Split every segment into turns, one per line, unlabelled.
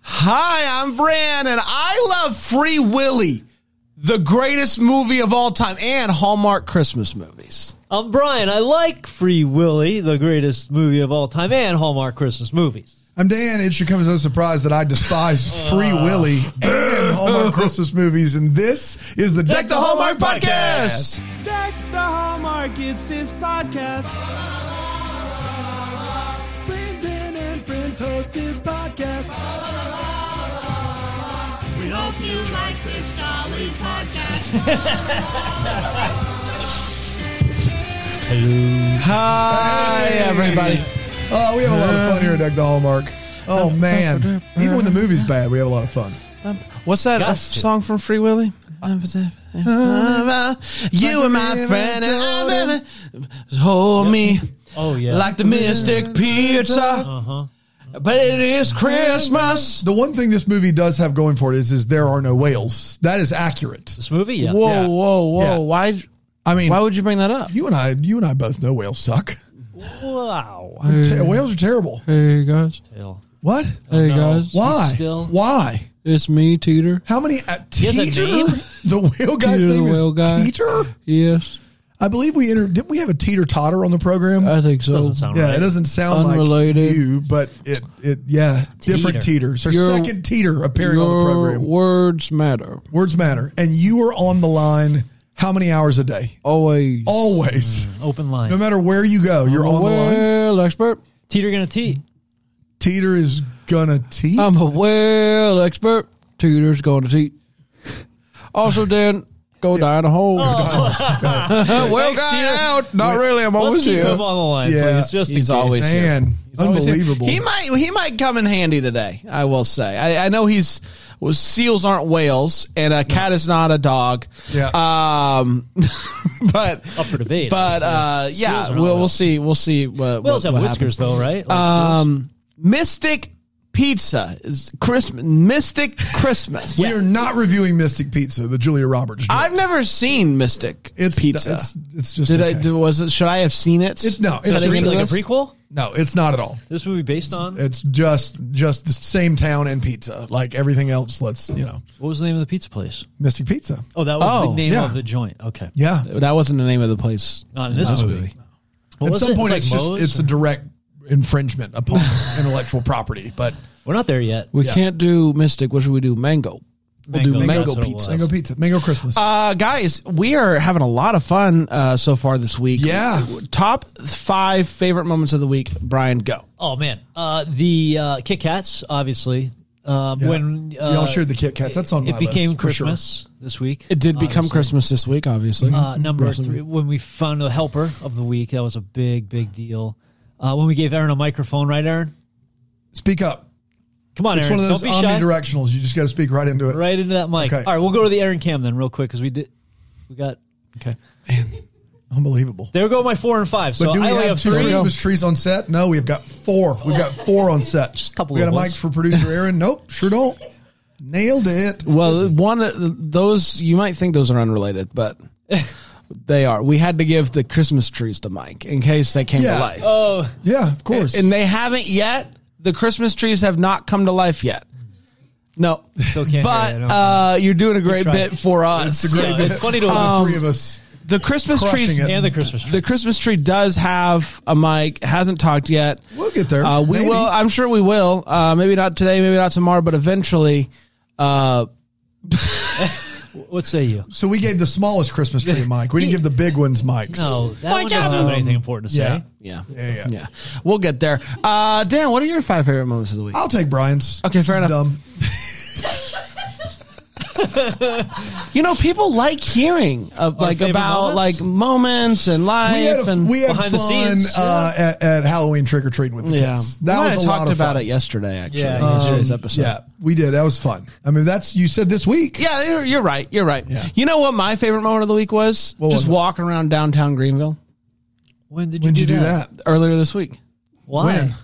Hi, I'm Bran, and I love Free Willy, the greatest movie of all time, and Hallmark Christmas movies.
I'm Um, Brian. I like Free Willy, the greatest movie of all time, and Hallmark Christmas movies.
I'm Dan. It should come as no surprise that I despise
Oh.
Free Willy and Hallmark Christmas movies, and this is the
Deck the Hallmark Podcast.
Deck the Hallmark, it's his podcast. Brandon and friends host his podcast.
We hope you like this jolly podcast.
Hi, everybody.
Oh, we have a lot of fun here at Deck the Hallmark. Oh man, even when the movie's bad, we have a lot of fun.
What's that
Gotcha.
f- song from Free Willy? You and my friend, and I'm hold me
Oh yeah,
like the mystic pizza,
uh-huh.
but it is Christmas.
The one thing this movie does have going for it is, is there are no whales. That is accurate.
this movie. Yeah,
Whoa,
Yeah.
whoa, whoa!
Yeah.
Why?
I mean,
Why would you bring that up?
you and I, you and I both know whales suck.
wow.
Te- whales are terrible.
Hey guys,
What?
hey
Oh, no.
guys,
Why?
still-
Why?
it's me, Teeter.
How many? Uh,
has a
teacher?
name?
The whale guy's
Teeter the
name
whale
is
guy.
teacher.
Yes,
I believe we entered. Didn't we have a teeter totter on the program?
I think so.
Doesn't sound
yeah,
right.
it doesn't sound like
Uh, Unrelated.
you, but it it yeah, different
Teeter.
teeters. Our
Your-
second teeter appearing on the
Your
program.
words matter
Words matter, and you were on the line. How many hours a day?
always.
Always,
Open line.
no matter where you go, you're
I'm a
on the line.
whale expert.
Teeter gonna tee.
Teeter is gonna teet.
I'm a whale expert. Teeter's going to teet. Also, Dan, go die in a hole.
Oh,
well,
Thanks, Teeter.
guy out. Not really. I'm
Let's
always
keep
here.
him on the line,
Oh, Yeah.
please. Just
He's
in case.
always-
Man,
always here.
unbelievable.
He might he might come in handy today. I will say. I, I know he's well, seals aren't whales, and a cat is not a dog.
Yeah.
Um, but
up for debate.
but uh,
obviously. Seals
yeah,
are not
we'll we'll
whales.
see we'll see what
Whales
what-
have
what
whiskers
happens.
though, right? Like
Um, Mystic Pizza is Christmas. Mystic Christmas.
we are not reviewing Mystic Pizza, the Julia Roberts. joint.
I've never seen Mystic
it's
Pizza.
It's, it's just
did
okay.
I do, was it, should I have seen it?
It- no,
Should
it's
I
just
get
seals.
into
like a
this?
prequel.
no, it's not at all.
This movie based on
It's just just the same town and pizza. Like everything else, let's you know,
what was the name of the pizza place?
Mystic Pizza.
Oh, that was
Oh,
the name
yeah.
of the joint. Okay,
Yeah.
That wasn't the name of the place.
not in this
This
movie.
movie.
What
At
was
some
it?
point, it's,
like
just
Moe's?
it's a direct infringement upon intellectual property. But
We're not there yet.
we
Yeah.
can't do Mystic. What should we do? Mango. We'll do
Mango,
mango.
that's what it
pizza,
was.
mango pizza, mango Christmas.
Uh, guys, we are having a lot of fun uh, so far this week.
Yeah.
Top five favorite moments of the week. Brian, go.
Oh man, uh, the uh, Kit Kats, obviously. Um,
Yeah.
When uh,
we all shared the Kit Kats. That's on
it
my
became
list, for sure.
Christmas this week.
It did become
obviously.
Christmas this week, obviously.
Uh, number
Wrestling.
three, when we found the helper of the week, that was a big, big deal. Uh, when we gave Aaron a microphone, right, Aaron?
Speak up.
Come on,
It's
Aaron.
one of those
Don't be shy.
omnidirectionals. You just got to speak right into it.
Right into that mic.
Okay.
All right, we'll go to the Aaron cam then, real quick, because we did. We got. Okay.
Unbelievable.
There go my four and five. So
but do we
I only
have,
have
two
three.
Christmas trees on set? No, we've got four. We've got four on set.
Just a couple
We got
of
a mic
ones.
for producer Aaron. Nope, sure don't. Nailed it.
Well, one uh, those you might think those are unrelated, but they are. We had to give the Christmas trees to Mike in case they came
Yeah.
to life,
Oh,
Yeah, of course.
and they haven't yet. The Christmas trees have not come to life yet. No,
still can't.
but
hear you. I don't-
uh, you're doing a great
try.
bit for us.
great Yeah, bit. it's funny to-
the three of us.
The Christmas
Crushing
trees
it.
and the Christmas tree.
the Christmas tree does have a mic. Hasn't talked yet.
We'll get there.
Uh, we
Maybe.
will. I'm sure we will. Uh, maybe not today. Maybe not tomorrow. But eventually. Uh,
What say you?
So we gave the smallest Christmas tree, Mike. We didn't give the big ones, Mike's.
No, that one doesn't have anything important to say.
yeah.
Yeah. Yeah, yeah.
Yeah, we'll get there. Uh, Dan, what are your five favorite moments of the week?
I'll take Brian's.
Okay,
This
fair
is
enough.
Dumb.
You know, people like hearing of, like
favorite
about like
moments?
moments and life
We had, a,
and
we had fun
behind the scenes,
uh, at, at Halloween trick or treating with the
yeah.
kids. That
we might
was a
have
lot
talked
of
about
fun. um,
it yesterday, actually.
Yeah,
Yeah,
you
yesterday's episode.
Yeah, we did. That was fun. I mean, that's you said this week.
Yeah, you're, you're right. You're right.
Yeah.
You know what my favorite moment of the week was?
What
Just
was it?
walking around downtown Greenville
When did you,
When'd
do,
you do
that?
that?
earlier this week.
Why?
When?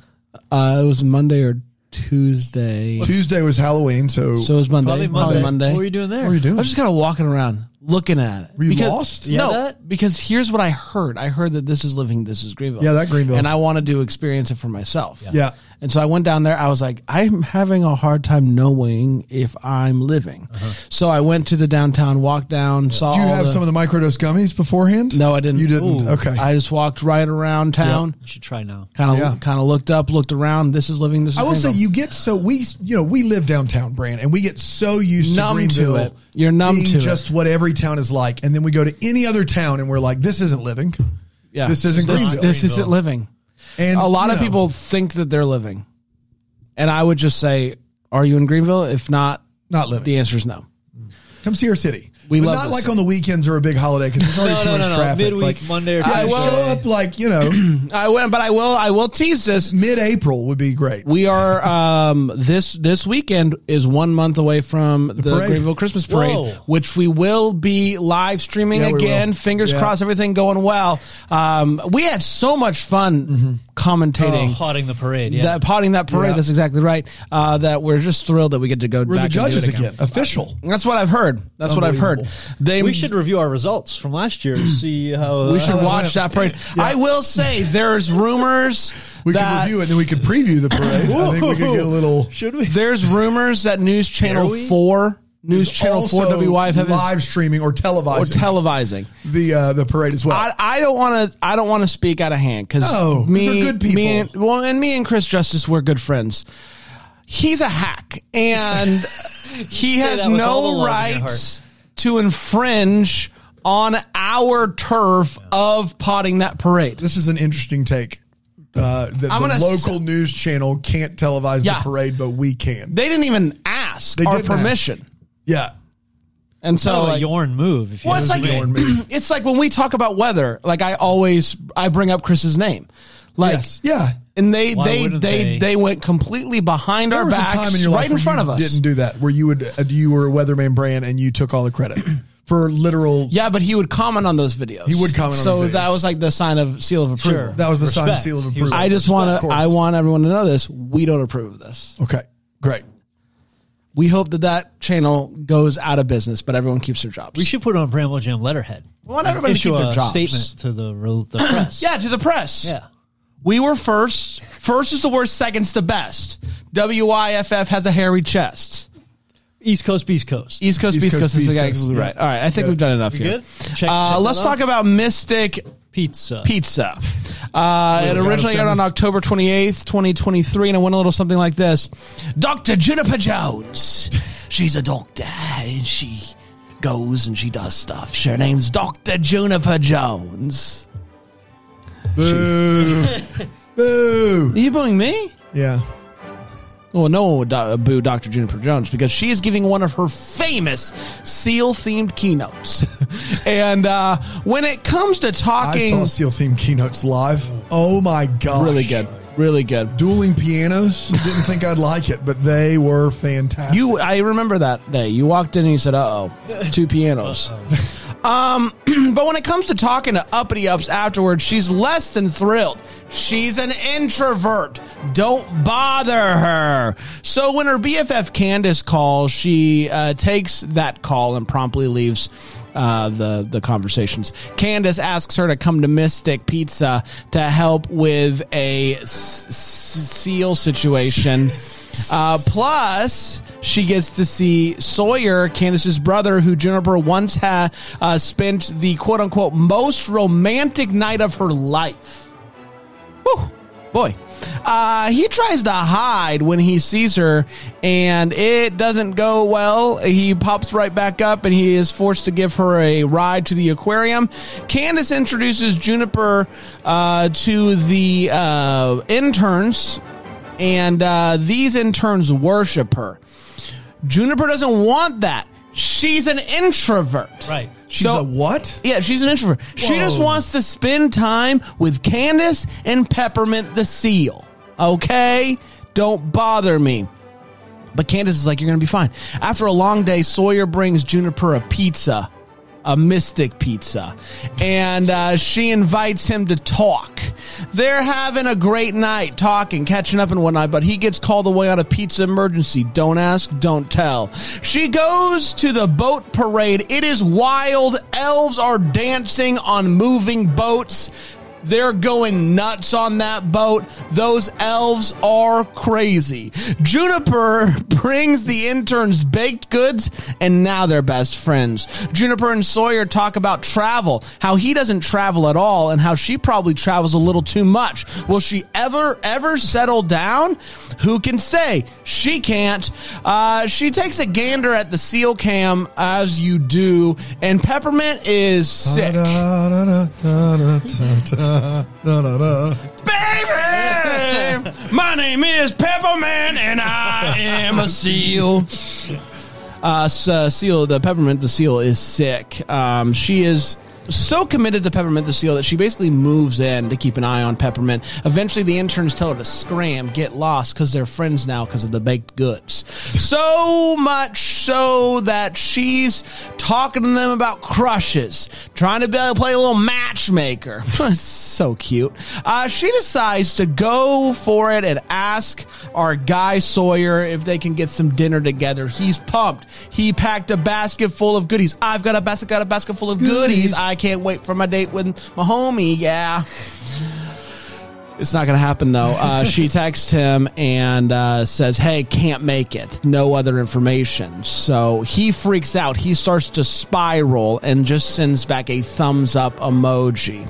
Uh, it was Monday or Tuesday.
Tuesday was Halloween, so,
So it was Monday.
Probably Monday. What were you doing
what were
there?
you
I
doing?
was just kind of walking around, looking at it.
Were you
because,
lost?
Yeah,
no,
that-
because here's what I heard. I heard that this is living, this is Greenville.
Yeah, that Greenville.
And I wanted to experience it for myself.
Yeah.
And so I went down there. I was like, I'm having a hard time knowing if I'm living.
Uh-huh.
So I went to the downtown, walked down, saw.
Do you
all
have
the,
some of the microdose gummies beforehand?
No, I didn't.
You didn't.
Ooh.
Okay.
I just walked right around town.
You should try now.
Kind of,
Yeah.
kind of looked up, looked around. This is living. This is
I will say
Greenville.
you get so we you know we live downtown, Brand, and we get so used
Numb to
to Greenville.
it. You're numb
being
to it.
just what every town is like, and then we go to any other town, and we're like, this isn't living.
Yeah.
This isn't
this,
Greenville.
this isn't living.
And
a lot
you
of
know,
people think that they're living. And I would just say, are you in Greenville? If not,
not living.
the answer is no.
Come see our city.
We
but
love
not
this
like
city.
on the weekends or a big holiday because there's already
No,
too
no,
much
no, no.
traffic.
Midweek,
like,
Monday or
I
Tuesday.
show up like you know
I went, but I will. I will tease this.
mid-April would be great.
We are um, this this weekend is one month away from the,
parade.
Greenville Christmas Parade,
Whoa.
which we will be live streaming
Yeah, we
again.
will.
Fingers
Yeah.
crossed, everything going well. Um, we had so much fun
Mm-hmm. Oh,
commentating.
Hotting the parade. Yeah.
Oh. That potting that parade,
Yeah.
that's exactly right. Uh, that we're just thrilled that we get to go back
We're the
and do
judges
it
again. Official.
That's what I've heard. That's what I've heard. They
we should review our results from last year. and See how
we should
uh,
watch that parade. I will say there's rumors
We could
that
review it and then we could preview the parade. I think we could get a little
Should we?
there's rumors that News Channel
Dare we?
Four, News Channel Four
also
WYFF
live
is
streaming or televising
or televising.
the uh, the parade as well.
I, I don't want to. I don't want to speak out of hand because
No, 'cause
me,
they're good people.
me and, well, and me and Chris Justice were good friends. He's a hack, and he has
that with all
no
the love in your
rights to infringe on our turf of potting that parade.
this is an interesting take. Uh, that
I'm
the
gonna
local news channel can't televise
Yeah.
the parade, but we can.
They didn't even ask
They
our
didn't ask.
permission,
yeah,
and so
Kind of a
like,
yarn move. If you
Well, it's
know
like
what I mean.
it's like when we talk about weather. Like I always I bring up Chris's name, like
yes, yeah.
and they
Why
they they,
wouldn't
they
they?
went completely behind
There
our
was a
backs,
time in your life
right in
where
front
you
of us.
Didn't do that where you would uh, you were a weatherman brand and you took all the credit for literal.
yeah, but he would comment on those videos.
He would comment on
So
those videos.
that was like the sign of seal of approval.
Sure.
That was the sign
Respect.
seal of
He was-
approval.
I just
Of
want to
course.
I want everyone to know this. We don't approve of this.
Okay, great.
We hope that that channel goes out of business, but everyone keeps their jobs.
We should put it on Bramble Jam letterhead.
We want everybody to
Issue
keep their
a
jobs.
statement to the, re- the press.
Yeah, to the press.
Yeah.
We were first. First is the worst. Second's the best. WIFF has a hairy chest.
East Coast, Beast Coast.
East Coast,
East
Beast Coast,
Coast,
is
Beast
exactly
Coast,
right.
yeah.
All right, I think
Good.
we've done enough
We
here.
good? Check-
uh,
check
let's
that
talk
out.
about Mystic
Pizza.
Pizza. Uh, it
we got
originally
it,
aired on
Dennis.
October 28th, 2023, and it went a little something like this Dr. Juniper Jones. She's a doctor, and she goes and she does stuff. Her name's Dr. Juniper Jones.
Boo, boo.
Are you booing me?
Yeah,
Well, no one would do- uh, boo Dr. Juniper Jones because she is giving one of her famous seal themed keynotes. and uh, when it comes to
I
talking,
saw Seal Team keynotes live. Oh my god,
really good, really good.
Dueling pianos. Didn't think I'd like it, but they were fantastic.
You, I remember that day. You walked in and you said, "Uh oh, two pianos." um, but when it comes to talking to uppity ups afterwards, she's less than thrilled. She's an introvert. Don't bother her. So when her BFF Candace calls, she uh, takes that call and promptly leaves. Uh, the the conversations. Candace asks her to come to Mystic Pizza to help with a s- s- seal situation. Uh, plus, she gets to see Sawyer, Candace's brother, who Juniper once had uh, spent the quote unquote most romantic night of her life. Whew, boy. Uh, he tries to hide when he sees her, and it doesn't go well. He pops right back up, and he is forced to give her a ride to the aquarium. Candace introduces Juniper uh, to the uh, interns and uh, these interns worship her. Juniper doesn't want that. She's an introvert.
Right.
She's
so,
a what?
Yeah, she's an introvert. She just
Whoa.
wants to spend time with Candace and Peppermint the Seal. Okay? Don't bother me. But Candace is like, you're going to be fine. After a long day, Sawyer brings Juniper a pizza, a mystic pizza, and uh, she invites him to talk. They're having a great night, talking, catching up, and whatnot. But he gets called away on a pizza emergency. Don't ask, don't tell. She goes to the boat parade. It is wild. Elves are dancing on moving boats. They're going nuts on that boat. Those elves are crazy. Juniper brings the interns baked goods, and now they're best friends. Juniper and Sawyer talk about travel, how he doesn't travel at all, and how she probably travels a little too much. Will she ever, ever settle down? Who can say? She can't. Uh, she takes a gander at the seal cam, as you do, and Peppermint is sick.
That's
baby. My name is Peppermint, and I am a seal. Uh, s- uh, seal the peppermint the seal is sick. Um, she is so committed to peppermint the seal that she basically moves in to keep an eye on peppermint. Eventually, the interns tell her to scram, get lost, because they're friends now because of the baked goods. So much so that she's talking to them about crushes, trying to be able to play a little matchmaker. so cute. Uh, she decides to go for it and ask our guy Sawyer if they can get some dinner together. He's pumped. He packed a basket full of goodies. I've got a basket, got a basket full of goodies.
Goodies.
I can't wait for my date with my homie. Yeah. It's not going to happen though. Uh, she texts him and uh, says, "Hey, can't make it. No other information." So he freaks out. He starts to spiral and just sends back a thumbs up emoji.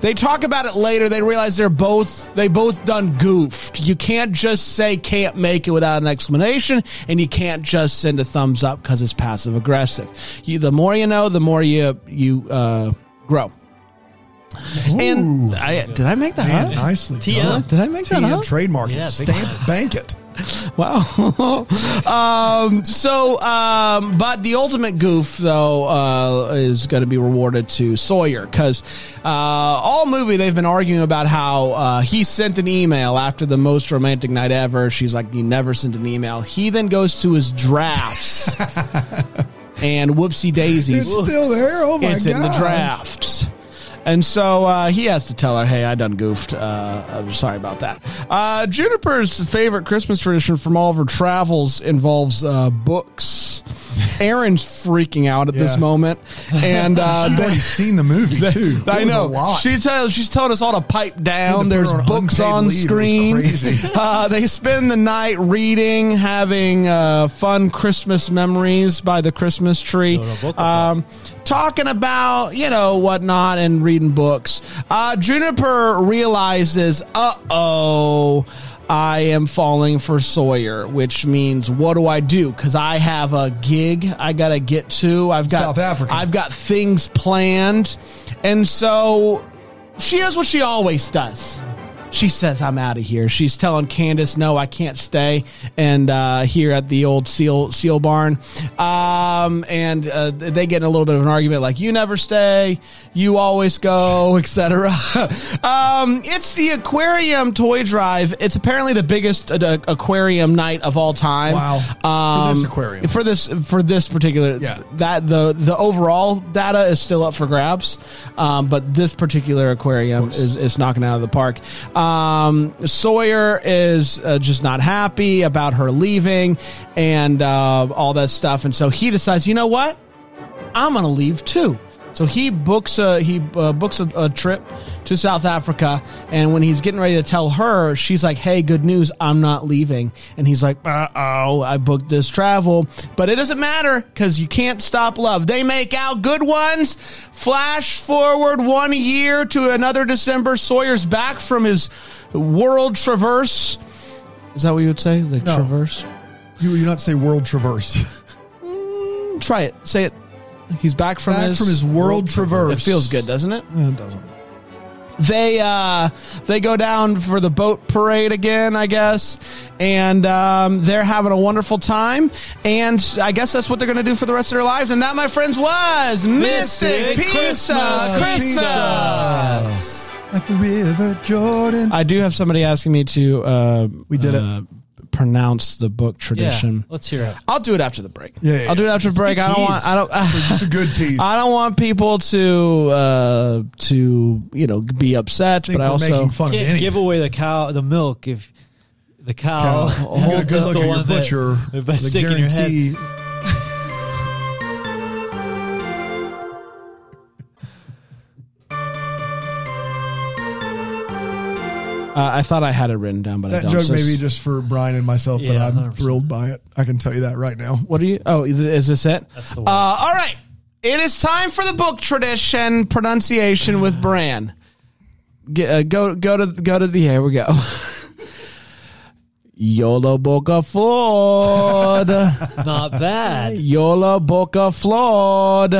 They talk about it later. They realize they're both they both done goofed. You can't just say can't make it without an explanation, and you can't just send a thumbs up because it's passive aggressive. You, the more you know, the more you you uh, grow. And I, did I make that up?
Man, nicely
Tia.
done.
Did I make that
Tia,
up?
trademark
Yeah,
it.
big
Stamp it. Bank it.
Wow. um, so, um, but the ultimate goof, though, uh, is going to be rewarded to Sawyer because uh, all movie they've been arguing about how uh, he sent an email after the most romantic night ever. She's like, You never sent an email. He then goes to his drafts and whoopsie daisies.
It's still there. Oh my
it's
god.
in the drafts. And so uh, he has to tell her, "Hey, I done goofed. Uh, I'm sorry about that." Uh, Juniper's favorite Christmas tradition from all of her travels involves uh, books. Aaron's freaking out at this
Yeah.
moment, and uh,
I've
they,
already seen the movie too.
I
It was
know.
A lot.
She tells she's telling us all to pipe down.
Had to put
There's
her on
books
unpaid
on
leave. It was
screen.
crazy.
Uh, they spend the night reading, having uh, fun Christmas memories by the Christmas tree,
Doing a book
um, talking about you know whatnot and reading books. Uh, Juniper realizes, uh oh. I am falling for Sawyer, which means what do I do? Because I have a gig I gotta get to. I've got
South Africa.
I've got things planned, and so she does what she always does. She says, "I'm out of here." She's telling Candace, "No, I can't stay." And uh, here at the old seal seal barn, um, and uh, they get in a little bit of an argument, like "You never stay, you always go," etc. um, it's the aquarium toy drive. It's apparently the biggest uh, aquarium night of all time.
Wow.
Um,
For this aquarium.
for this for this particular
Yeah.
that the the overall data is still up for grabs, um, but this particular aquarium is, is knocking it out of the park. Um, Sawyer is uh, just not happy about her leaving and uh, all that stuff, and so he decides, you know what, I'm gonna leave too. So he books a he uh, books a, a trip to South Africa, and when he's getting ready to tell her, she's like, "Hey, good news, I'm not leaving." And he's like, "Uh oh, I booked this travel, but it doesn't matter because you can't stop love. They make out good ones." Flash forward one year to another December. Sawyer's back from his world traverse. Is that what you would say? Like
No.
traverse?
You, you not say world traverse.
Try it. Say it. He's back from
Back
his
from his world traverse.
It feels good, doesn't it?
Eh, It doesn't.
they uh they go down for the boat parade again i guess and um, they're having a wonderful time and i guess that's what they're gonna do for the rest of their lives and that my friends was mystic,
Mystic
pizza
Christmas
Uh, christmas
Like the River Jordan.
i do have somebody asking me to uh
We did it.
uh, pronounce the book
Yeah,
tradition.
let's hear it.
I'll do it after the break.
Yeah, yeah,
I'll do it
yeah.
after the break. I don't want. I don't.
It's a good tease.
I don't want people to uh, to you know be upset,
think
but I
we're
also
making fun of
Can't
anything.
give away the cow, the milk if the cow.
Cow. You get a good
that's
look
the
at your
one that-
butcher.
that by
the
sticking your head.
guarantee.
uh, I thought I had it written down, but I
That
don't.
joke
So
may be
it's-
just for Brian and myself, but
Yeah,
I'm
100%.
thrilled by it. I can tell you that right now.
What are you? Oh, is- is this it?
That's the
Uh,
one.
all right. It is time for the book tradition pronunciation with Bran. Get, uh, go go to go to the here we go. Yola boca flawed.
Not bad.
Yola boca flawed.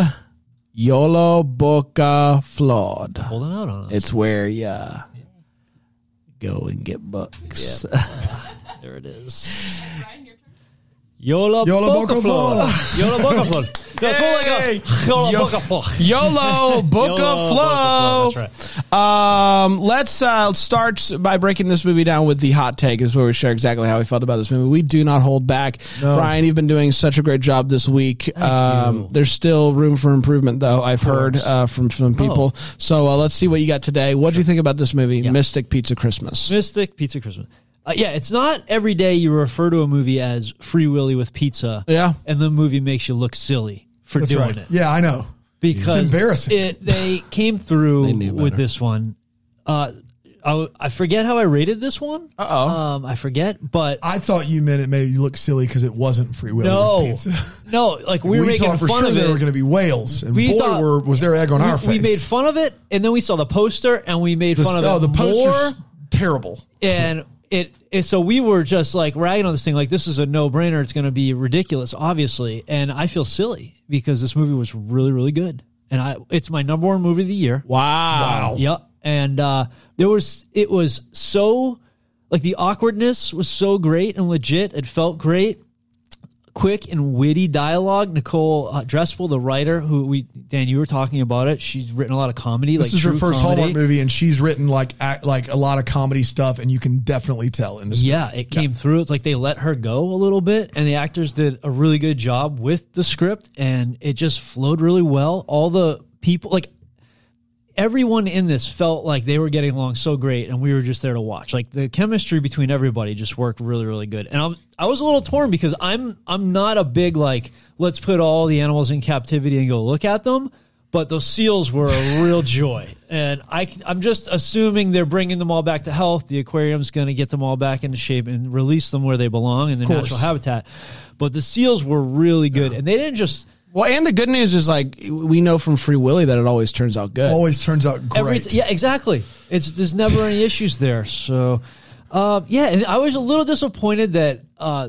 Yola boca flawed.
Holding out on us.
It's where you uh, go and get bucks.
there it is. Yola
Yola
Boca
Boca
Flor.
Flor.
Yola Boca Flor. That's more like
Yay.
a Yola
Yo-
Boca Flor.
Yolo boca
Yola
flow.
Boca Flor, That's right.
Um, let's uh, start by breaking this movie down with the hot take. Is where we share exactly how we felt about this movie. We do not hold back. Brian, you've been doing such a great job this week. Um,
you.
there's still room for improvement, though. I've heard uh, from some people. So uh, let's see what you got today. What do you think about this movie, Mystic Pizza Christmas?
Mystic Pizza Christmas. Uh, yeah, it's not every day you refer to a movie as Free Willy with pizza.
Yeah.
And the movie makes you look silly for
That's
doing
right.
it.
Yeah, I know.
because
It's embarrassing.
It, they came through
knew
with
better.
this one. Uh, I, I forget how I rated this one.
Uh-oh.
Um, I forget, but
I thought you meant it made you look silly because it wasn't free will. it was
no,
pizza.
no, like we, were
we
making
thought for
fun
sure
of
there
it.
were going to be whales, and
We
boy,
thought-
were, was there egg on our face.
we, we made fun of it, and then we saw the poster, and we made
the,
fun
oh,
of it
the
more.
poster's terrible.
and it, it so we were just like ragging on this thing like this is a no-brainer it's going to be ridiculous obviously and i feel silly because this movie was really really good and i it's my number one movie of the year
Wow.
yep and uh there was it was so like the awkwardness was so great and legit it felt great quick and witty dialogue nicole uh, dressel the writer who we dan you were talking about it she's written a lot of comedy
This
like
is her
true
first
comedy.
Hallmark movie, and she's written like act, like a lot of comedy stuff, and you can definitely tell in this.
Yeah, it came through. It's like they let her go a little bit, and the actors did a really good job with the script, and it just flowed really well. All the people, like everyone in this, felt like they were getting along so great, and we were just there to watch. Like the chemistry between everybody just worked really, really good. And I was, I was a little torn because I'm, I'm not a big like, let's put all the animals in captivity and go look at them. But those seals were a real joy, and I, am just assuming they're bringing them all back to health. The aquarium's going to get them all back into shape and release them where they belong in their
course.
natural habitat. But the seals were really good, and they didn't just
Well, and the good news is like we know from Free Willy that it always turns out good.
Always turns out great.
Every t- yeah, exactly. It's there's never any issues there. So, uh, yeah, and I was a little disappointed that uh,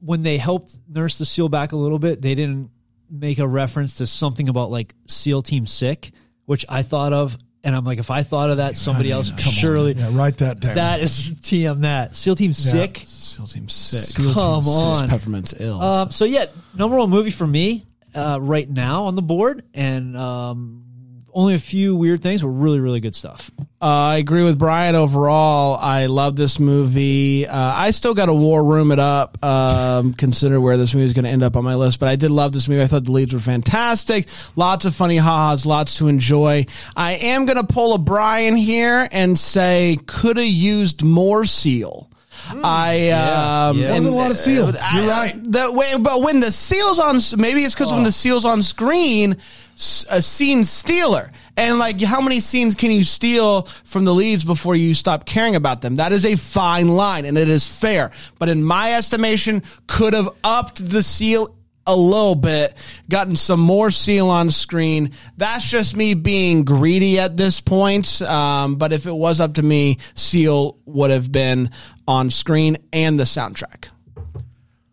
when they helped nurse the seal back a little bit, they didn't make a reference to something about like SEAL Team Sick, which I thought of, and I'm like, if I thought of that, somebody else surely
yeah, write that down.
that is TM that SEAL Team Sick.
Seal Team Six.
Seal Team Come Six. on.
Peppermint's ill.
Um, so yeah, number one movie for me uh, right now on the board, and um, only a few weird things, but really, really good stuff.
Uh, I agree with Brian overall. I love this movie. Uh, I still got to war room it up, um, consider where this movie is going to end up on my list, but I did love this movie. I thought the leads were fantastic. Lots of funny ha-has, lots to enjoy. I am going to pull a Brian here and say, could have used more seal. I, um,
yeah.
and-
Wasn't a lot of seal.
I-
You're right.
Uh, The way, but when the seal's on, maybe it's because when the seal's on screen, s- a scene stealer. And like, how many scenes can you steal from the leads before you stop caring about them? That is a fine line, and it is fair. But in my estimation, could have upped the seal a little bit, gotten some more seal on screen. That's just me being greedy at this point. Um, but if it was up to me, seal would have been on screen and the soundtrack.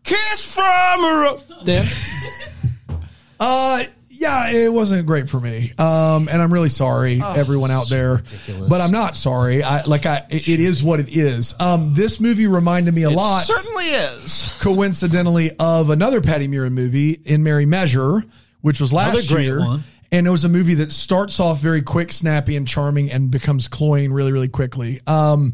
Kiss from a ro- Dan.
Uh, yeah, it wasn't great for me. Um, and I'm really sorry,
Oh,
everyone out there. But I'm not sorry. I like I. It, it is what it is. Um, this movie reminded me a lot.
certainly is.
coincidentally of another Patty Murray movie in Merry Measure, which was last
Another great
year.
one.
And it was a movie that starts off very quick, snappy, and charming, and becomes cloying really, really quickly. Um,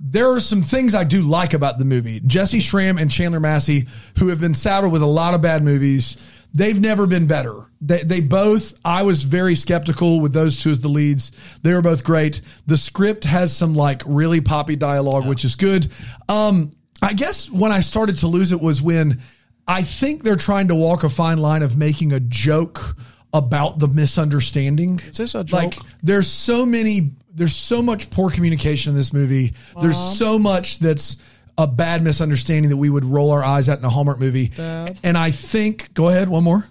there are some things I do like about the movie. Jesse Schramm and Chandler Massey, who have been saddled with a lot of bad movies, they've never been better. They, they both, I was very skeptical with those two as the leads. They were both great. The script has some like really poppy dialogue, which is good. Um, I guess when I started to lose it was when I think they're trying to walk a fine line of making a joke about the misunderstanding. Is
this a
Like
joke?
there's so many there's so much poor communication in this movie. There's so much that's a bad misunderstanding that we would roll our eyes at in a Hallmark movie. And I think go ahead, one more.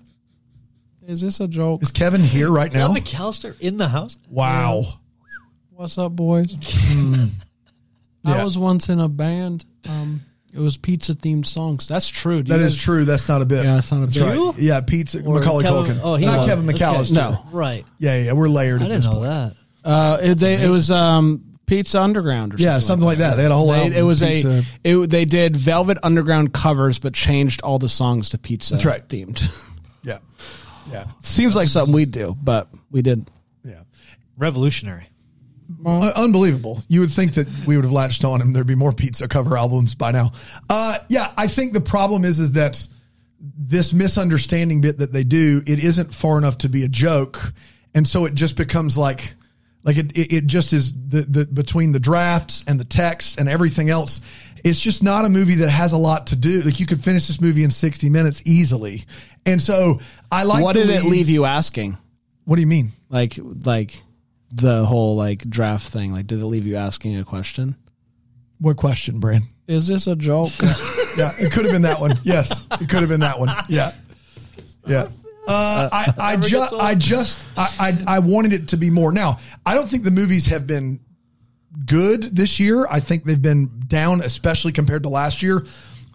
Oh, Is this a joke?
Is Kevin here right
Now
now?
McAllister in the house.
Wow.
What's up, boys? Hmm.
Yeah.
I was once in a band. Um, it was pizza themed songs. That's true. Do you
That is
guys-
true. That's not a bit.
Yeah, it's not a
That's
bit.
right.
You?
Yeah, Pete's
Or
Macaulay
Kevin-
Culkin.
Oh, he
not
was.
Kevin
Okay.
McAllister.
No.
Right.
Yeah, yeah, we're layered
I
at
didn't
this
know
point.
that.
Uh, it, they, it was um, Pizza Underground or something.
Yeah, something like that. They had a whole
They-
album,
it was
Pizza.
a it, they did Velvet Underground covers, but changed all the songs to pizza
That's right.
themed.
Yeah. Yeah.
Seems like something we do, but we did.
Yeah.
Revolutionary.
Un- unbelievable. You would think that we would have latched on him. There'd be more pizza cover albums by now. Uh, yeah, I think the problem is is that this misunderstanding bit that they do, it isn't far enough to be a joke, and so it just becomes like. Like it, it, it just is the, the between the drafts and the text and everything else, it's just not a movie that has a lot to do. Like you could finish this movie in sixty minutes easily, and so I like.
what
the
did it leave
leads.
you asking?
What do you mean?
Like like the whole like draft thing. Like did it leave you asking a question?
What question, Brand?
Is this a joke?
yeah, it could have been that one. Yes, it could have been that one. Yeah, yeah. Uh, I I just I just I, I I wanted it to be more. Now I don't think the movies have been good this year. I think they've been down, especially compared to last year.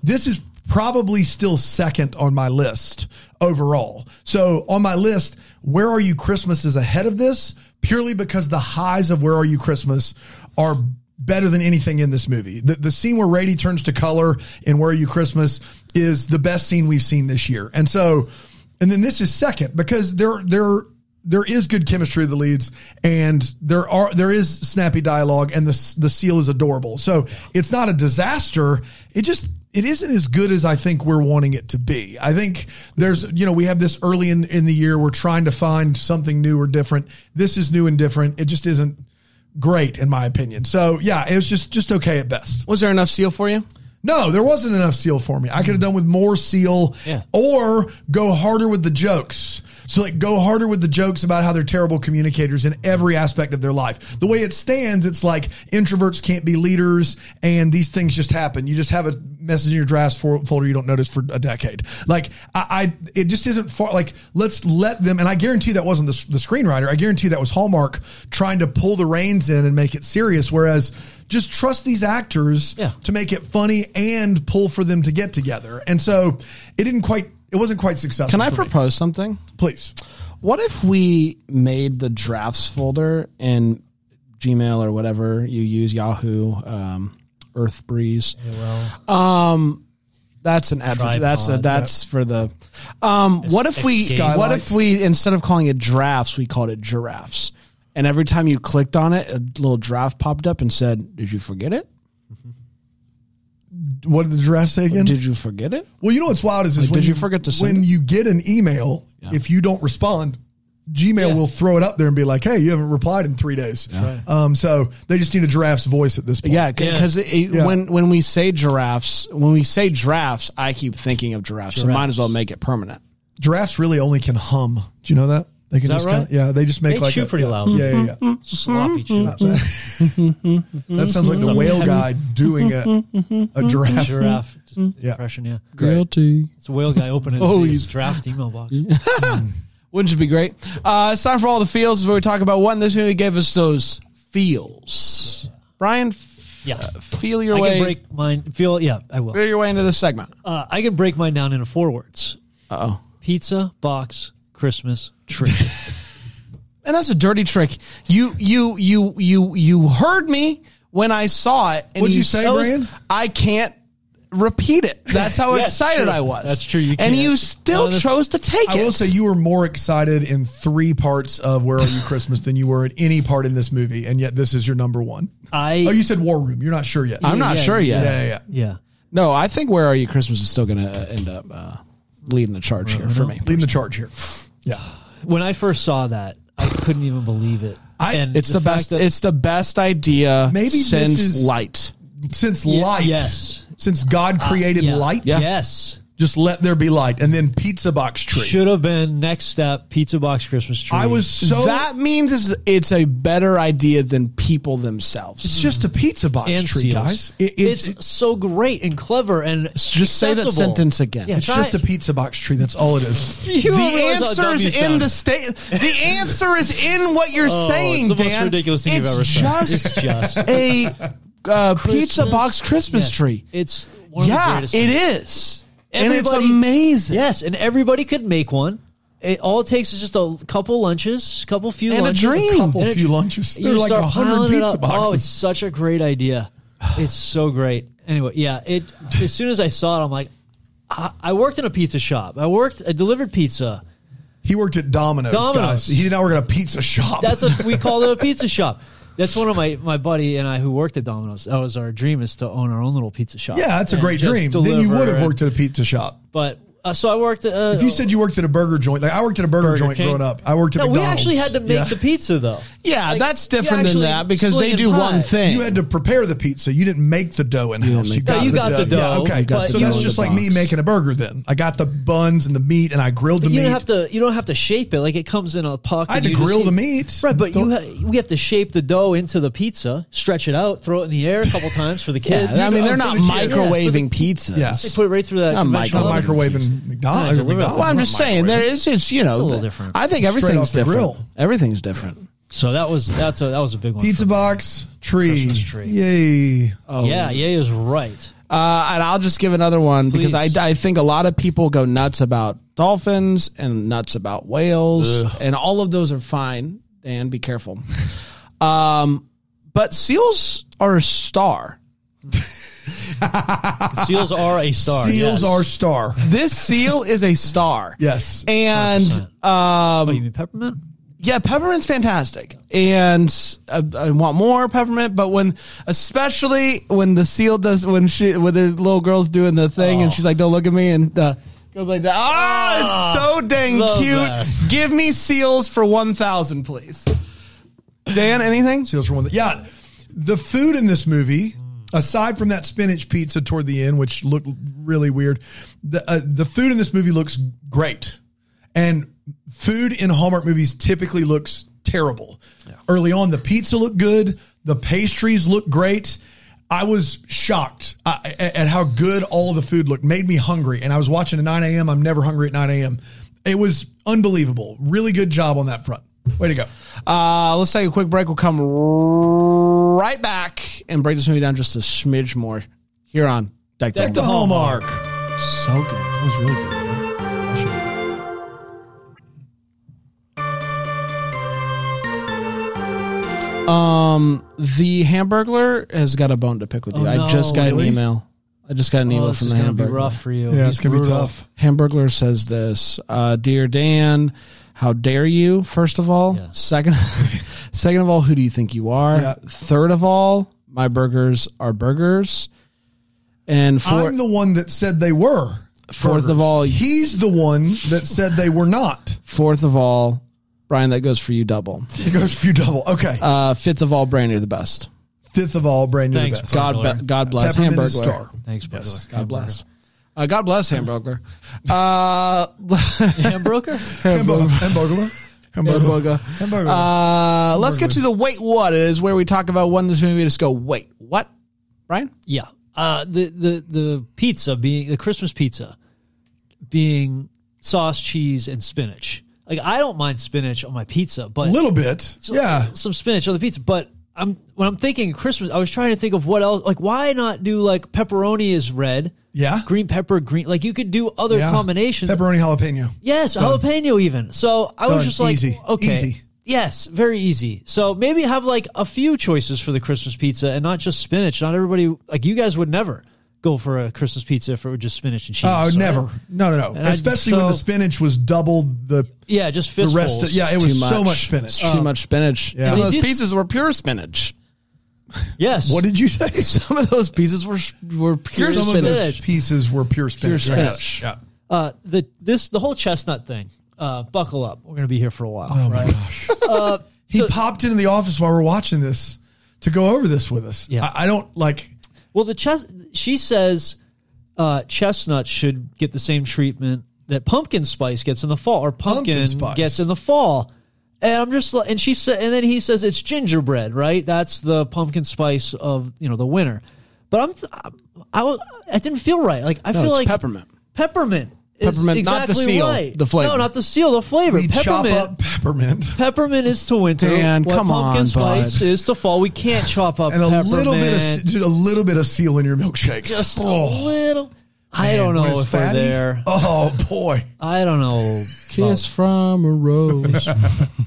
This is probably still second on my list overall. So on my list, Where Are You Christmas is ahead of this purely because the highs of Where Are You Christmas are better than anything in this movie. The, the scene where Rady turns to color in Where Are You Christmas is the best scene we've seen this year. And so, and then this is second because there, there, there is good chemistry of the leads and there are there is snappy dialogue and the the seal is adorable. So it's not a disaster. It just it isn't as good as I think we're wanting it to be. I think there's you know we have this early in in the year we're trying to find something new or different. This is new and different. It just isn't great in my opinion. So yeah, it was just just okay at best.
was there enough seal for you?
No, there wasn't enough seal for me. I could have done with more seal
Yeah.
or go harder with the jokes. So like go harder with the jokes about how they're terrible communicators in every aspect of their life. The way it stands, it's like introverts can't be leaders and these things just happen. You just have a message in your drafts for, folder you don't notice for a decade. Like I, I it just isn't far like let's let them and I guarantee that wasn't the, s- the screenwriter. I guarantee that was Hallmark trying to pull the reins in and make it serious whereas just trust these actors
Yeah.
to make it funny and pull for them to get together. And so it didn't quite it wasn't quite successful.
Can I
for me.
propose something?
please?
What if we made the drafts folder in Gmail or whatever you use, Yahoo, um, Earth Breeze? Um, that's an advert.
Tripod.
That's a, that's for the. Um, what if we?
escape.
What if we instead of calling it drafts, we called it giraffes? And every time you clicked on it, a little draft popped up and said, "Did you forget it?
What did the draft say again?
Did you forget it?"
well, you know what's wild is, is
Like,
when
did you forget to send
when
it?
you get an email if you don't respond. Gmail will throw it up there and be like, "Hey, you haven't replied in three days." Um, so they just need a giraffe's voice at this point.
Yeah, because
Yeah.
when when we say giraffes, when we say drafts, I keep thinking of giraffes. So might as well make it permanent.
giraffes really only can hum. Do you know that? They can
that
just kinda-
right?
yeah, they just make
They
like
chew
a-
pretty
yeah,
loud.
Yeah, yeah, yeah.
Sloppy
Mm-hmm.
chew.
That sounds like the
Something
whale
heavy.
guy doing a, a giraffe.
Giraffe. Just
Mm-hmm. Yeah.
Impression, yeah.
Guilty.
It's a whale guy opening
Oh,
his
he's-
draft email box.
Wouldn't it be great? Uh, it's time for all the feels this is where we talk about what this movie gave us those feels. Brian, f-
Yeah.
feel your
I
way
can break mine. Feel, yeah, I will.
feel your way into this segment.
Uh, I can break mine down into four words:
Uh oh.
pizza, box, Christmas tree.
And that's a dirty trick. You you you you you heard me when I saw it. And
What'd you say,
so-
Brian?
I can't repeat it. That's how
Yes,
excited
true.
I was.
That's true, you
and
can't.
you still
Honest-
chose to take
I
it.
will say you were more excited in three parts of Where Are You Christmas than you were in any part in this movie, and yet this is your number one.
I-
oh, you said War Room. You're not sure yet.
I'm not
Yeah,
sure yet.
yeah, yeah, yeah.
Yeah.
No, I think Where Are You Christmas is still going to end up uh, leading the charge here for me.
Leading the charge here. Yeah,
When I first saw that, I couldn't even believe it.
I-
It's the,
fact
best.
that-
it's the best idea
Maybe this
since
is-
Light.
since
Ye-
light,
yes. Uh,
since God created
yeah.
light,
Yes.
just let there be light, and then pizza box tree.
Should have been next step pizza box Christmas tree.
I was so
that means it's, it's a better idea than people themselves.
it's just a pizza box
and
tree,
seals.
guys. It-
it's,
it's
so great and clever and
Just say that
accessible.
sentence again.
Yeah,
it's
try
just a
it.
pizza box tree. That's all it is.
You
The
don't realize how
answer
dumb
is
you
in
sound.
the state. The answer is in what you're
Oh,
saying,
it's the
Dan.
most ridiculous thing
It's
you've ever
just
said. It's just
a uh, pizza
Christmas-
box Christmas
Yeah.
tree.
It's one of the
Yeah,
greatest
it
things.
is, and it's
Everybody-
amazing.
Yes, and everybody could make one. It, all it takes is just a couple lunches, couple few
And a
lunches,
dream.
Couple
And it-
few lunches.
you
There are like
start
a hundred
piling it
pizza
up. Oh, it's
boxes.
such a great idea. It's so great. Anyway, yeah. It as soon as I saw it, I'm like, I, I worked in a pizza shop. I worked, I delivered pizza.
he worked at Domino's,
Domino's.
guys. He did not work at a pizza shop.
That's a we call it a pizza shop. That's one of my my buddy and I who worked at Domino's. That was our dream is to own our own little pizza shop.
yeah, that's a
and
great
just
dream. Then you
deliver
would have
and-
worked at a pizza shop.
But uh, so I worked. Uh,
If you said you worked at a burger joint, like I worked at a burger,
Burger
joint
King.
growing up. I worked at
no, we
McDonald's.
actually had to make
Yeah.
the pizza though.
Yeah,
Like,
that's
you're
different than
actually
that because they
slinging
do one
pies.
thing.
You had to prepare the pizza. You didn't make the dough in house.
make
You
the-
No,
got,
you
the,
got the
dough. Yeah,
dough,
okay,
You got
so
the
that's
dough
just
in
like
the
me
box.
making a burger. Then I got the buns and the meat, and I grilled the
You
meat.
don't have to. You don't have to shape it. Like it comes in a pocket.
I had to
you just
grill
eat-
the meat.
Right, but you
Don't-
ha- we have to shape the dough into the pizza, stretch it out, throw it in the air a couple times for the kids.
I mean,
know,
they're
for
not
the kids.
microwaving pizzas.
Yeah.
they put it right through that
Not
conventional
Not
oven.
microwaving McDonald's.
No, it's a little-
Well, I'm just saying there is. It's you know,
little
the-
different.
I think
Straight
everything's
off the
different.
grill.
Everything's different.
So that was that's a that was a big one.
Pizza
for me.
box tree.
Christmas tree. Oh,
Yay!
Yeah, yeah, is right.
Uh, and I'll just give another one because I,
Please.
I think a lot of people go nuts about dolphins and nuts about whales, and all of those are fine. Dan, be careful. Um, but seals are a star.
Seals are a star.
Seals
yes.
are star.
This seal is a star.
Yes.
And
100%. Oh,
um,
you mean peppermint?
yeah, peppermint's fantastic, and I, I want more peppermint. But when, especially when the seal does, when she, when the little girl's doing the thing, and she's like, "Don't look at me," and uh, goes like that. Ah, it's so dang
Love
cute.
that.
Give me seals for one thousand, please. Dan, anything?
Seals from one. Of the, yeah, the food in this movie, aside from that spinach pizza toward the end, which looked really weird, the uh, the food in this movie looks great, and food in Hallmark movies typically looks terrible. Early on, the pizza looked good, the pastries looked great. I was shocked uh, at at how good all the food looked. Made me hungry, and I was watching at 9 a.m. I'm never hungry at 9 a.m. It was unbelievable. Really good job on that front. Way to go.
Uh, let's take a quick break. We'll come right back and break this movie down just a smidge more here on Deck,
Back to
the
Hallmark.
So good. That was really good. Um, the Hamburglar has got a bone to pick with you.
Oh,
I just
no.
got
Really?
an email. I just got an email
Oh, this
from
is
the
gonna be
Hamburglar.
rough for you.
Yeah,
He's
it's gonna be
brutal.
tough.
Hamburglar says this, uh, dear Dan, how dare you? First of all,
Yeah.
second, second of all, who do you think you are?
Yeah.
Third of all, my burgers are burgers. And for
I'm the one that said they were.
Fourth of
burgers.
all-
he's the one that said they were not.
fourth of all, Brian, that goes for you double.
He goes for you double. Okay.
Uh, fifth of all, Brand, you're the best.
Fifth of all, brand new
Thanks,
the best.
Brian.
God,
Hamburglar.
be- God bless
Peppermint is
Hamburglar.
star.
Thanks, brother.
God bless. Uh, God bless Hamburglar. Uh,
Hamburger.
Hamburglar. Hamburglar. Hamburglar.
Hamburglar. Uh, let's get to the wait what is where we talk about when this movie just go wait what, Brian?
Yeah. Uh, the the the pizza being the Christmas pizza being sauce, cheese, and spinach. Like I don't mind spinach on my pizza, but
A little bit. Yeah.
some spinach on the pizza. But I'm when I'm thinking Christmas, I was trying to think of what else. Like why not do like pepperoni is red,
Yeah.
green pepper, green. Like you could do other
yeah.
combinations.
Pepperoni jalapeno.
Yes, jalapeno even. So I was
Done.
just like,
Easy.
okay.
Easy.
Yes, very easy. So maybe have like a few choices for the Christmas pizza and not just spinach. Not everybody, like you guys would never. go for a Christmas pizza if it were just spinach and cheese.
Oh,
So-
never. No, no, no.
And I-
Especially when the
so-
spinach was double the
Yeah, just
the
fistfuls.
rest. Of, yeah, it was
Too
so
much.
much
It's
spinach.
too much spinach.
Yeah.
Some of
They
those
did-
pieces were pure spinach.
Yes.
What did you say?
Some of those pieces were were pure
Some of
spinach.
those pieces were pure spinach.
Pure
Right.
spinach.
Yeah.
uh, the this the whole chestnut thing. Uh, buckle up. We're gonna be here for a while.
Oh my gosh. he
Uh, so-
popped into the office while we're watching this to go over this with us.
Yeah.
I, I don't like.
Well, the chest. She says uh, chestnuts should get the same treatment that pumpkin spice gets in the fall, or pumpkin,
Pumpkin spice.
gets in the fall. And I'm just like, and she said, and then he says it's gingerbread, right? That's the pumpkin spice of you know the winter. But I'm, th- I, I, I didn't feel right. Like I
No,
feel
it's
like
peppermint.
Peppermint. is
Peppermint, not the
exactly
seal,
right.
the flavor.
No, not the seal. The flavor.
We chop
peppermint.
up peppermint
Peppermint is to winter.
Dan,
what
come
pumpkin
on,
spice
bud.
is to fall. We can't chop up
and a
peppermint.
little bit of just a little bit of seal in your milkshake.
just
Oh,
a little. I don't
man, when
know
it's
if we're
fatty,
there.
Oh boy,
I don't know.
Kiss from a rose.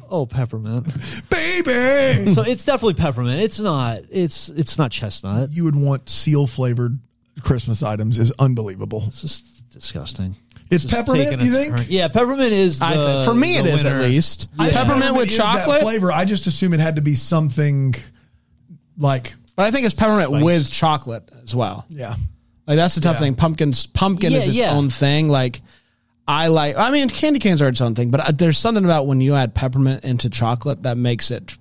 Oh, peppermint.
baby.
so it's definitely peppermint. It's not. It's it's not chestnut.
you would want seal flavored Christmas items is unbelievable.
It's just disgusting.
It's
just
peppermint,
taking a
you think?
turn. Yeah, peppermint is. The,
I, Uh, for me, it
the
is at
winner.
least
I think
peppermint with
is that
chocolate.
flavor. I just assume it had to be something like
But I think it's peppermint
Spice.
with chocolate as well.
yeah.
Like that's the tough thing. Pumpkins, pumpkin is
Yeah,
its
yeah.
own thing. Like I like. I mean, candy canes are its own thing. But uh, there's something about when you add peppermint into chocolate that makes it.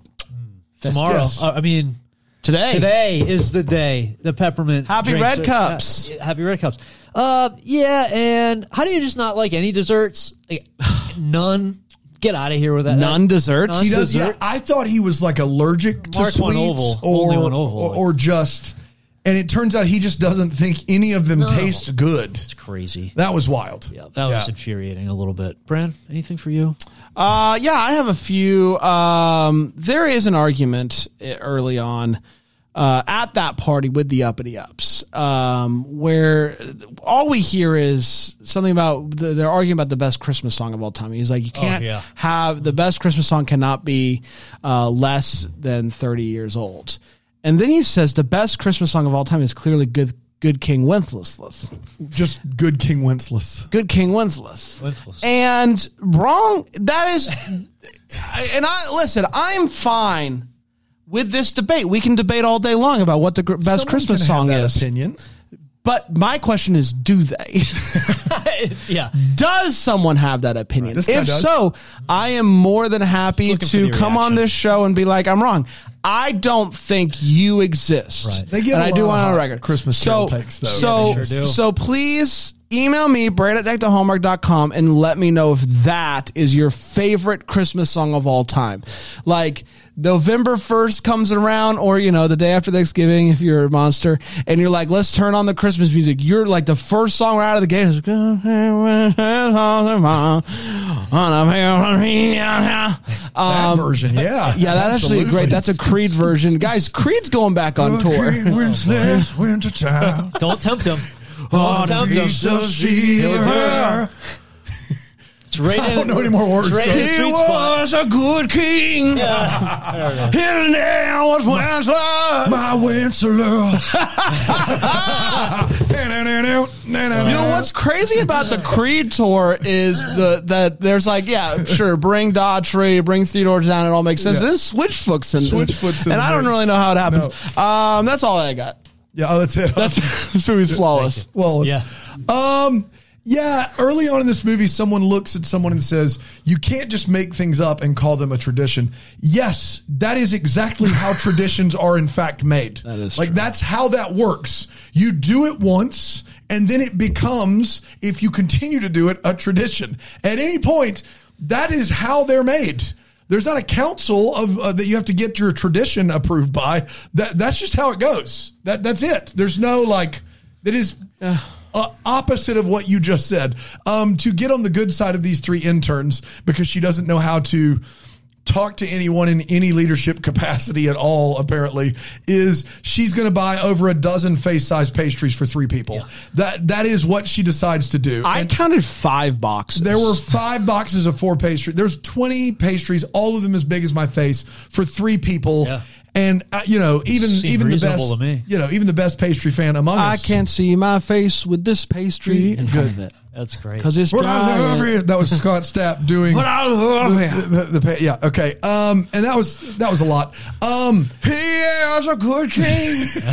festive.
Tomorrow, uh, I mean,
today,
today is the day. The peppermint.
Happy
drinks
Red
are-
Cups.
Yeah, happy red cups. Uh, yeah, and how do you just not like any desserts? Like, none. Get out of here with that.
none desserts.
None
He does. Yeah,
Desserts?
I thought he was like allergic to
Mark
sweets
went oval.
or
Only went oval.
or, or just. And it turns out he just doesn't think any of them taste good.
It's crazy.
That was wild.
Yeah, that was infuriating a little bit. Brad, anything for you?
Uh, yeah, I have a few. Um, there is an argument eh, early on uh, at that party with the uppity ups, um, where all we hear is something about the, they're arguing about the best Christmas song of all time. He's like, you can't
yeah.
have the best Christmas song cannot be uh, less than thirty years old. And then he says the best Christmas song of all time is clearly good. Good King Wenceslas.
Just good King Wenceslas.
Good King Wenceslas. And wrong. That is. and I listen. I'm fine with this debate. We can debate all day long about what the gr- best
Someone
Christmas
can
song
have that
is.
Opinion.
But my question is, do they?
yeah.
does someone have that opinion?
This guy
if
does.
so, I am more than happy
Just looking
to
for the
come on
reaction.
this show and be like, I'm wrong. I don't think you exist.
Right.
They give
and
a
I do
lot
want
of
it on
hot
record.
Christmas
so,
Carol takes, though.
So,
Yeah, they sure do.
so please email me, Brad at deckthehomework.com, and let me know if that is your favorite Christmas song of all time. Like, November 1st comes around, or, you know, the day after Thanksgiving, if you're a monster, and you're like, let's turn on the Christmas music. You're like the first song right out of the gate. is like,
That
um,
version, yeah.
yeah, that's actually a great. That's a Creed version, guys. Creed's going back
Oh,
on tour.
King Wenceslas, wintertime.
Don't tempt him.
Oh,
Don't tempt him.
Feast of cheer.
It's right
I
in-
don't know Oh, any more words.
It's right
so-
in the sweet spot.
a good king. His name was Wenceslas.
My Wenceslas. You
You know what's crazy about the Creed tour is the that there's like yeah sure bring Daughtry bring Theodore down it all makes sense
Yeah.
and then Switchfoot's in
Switchfoot's in
and
the
I don't
mix.
really know how it happens um that's all I got
Yeah, oh, that's it.
that's this movie's flawless
well,
Yeah.
Um, yeah, early on in this movie, someone looks at someone and says, You can't just make things up and call them a tradition. Yes, that is exactly how traditions are, in fact, made. That
is
like,
true.
that's how that works. You do it once, and then it becomes, if you continue to do it, a tradition. At any point, that is how they're made. There's not a council of uh, that you have to get your tradition approved by. That that's just how it goes. That that's it. There's no like that is uh, opposite of what you just said. Um, to get on the good side of these three interns because she doesn't know how to talk to anyone in any leadership capacity at all, apparently, is she's going to buy over a dozen face sized pastries for three people. That That is what she decides to do.
I
And
counted five boxes
there were five boxes of four pastries. There's 20 pastries, all of them as big as my face, for three people.
Yeah.
And uh, you know, even
Seemed
even the
reasonable
best,
to me.
you know, even the best pastry fan among
I
us.
can't see my face with this pastry in front of it
That's great.
because it's
What I love
dry.
here- That was Scott Stapp doing.
What I love here.
the, the, pa- yeah okay um and that was that was a lot um
Here's a good king.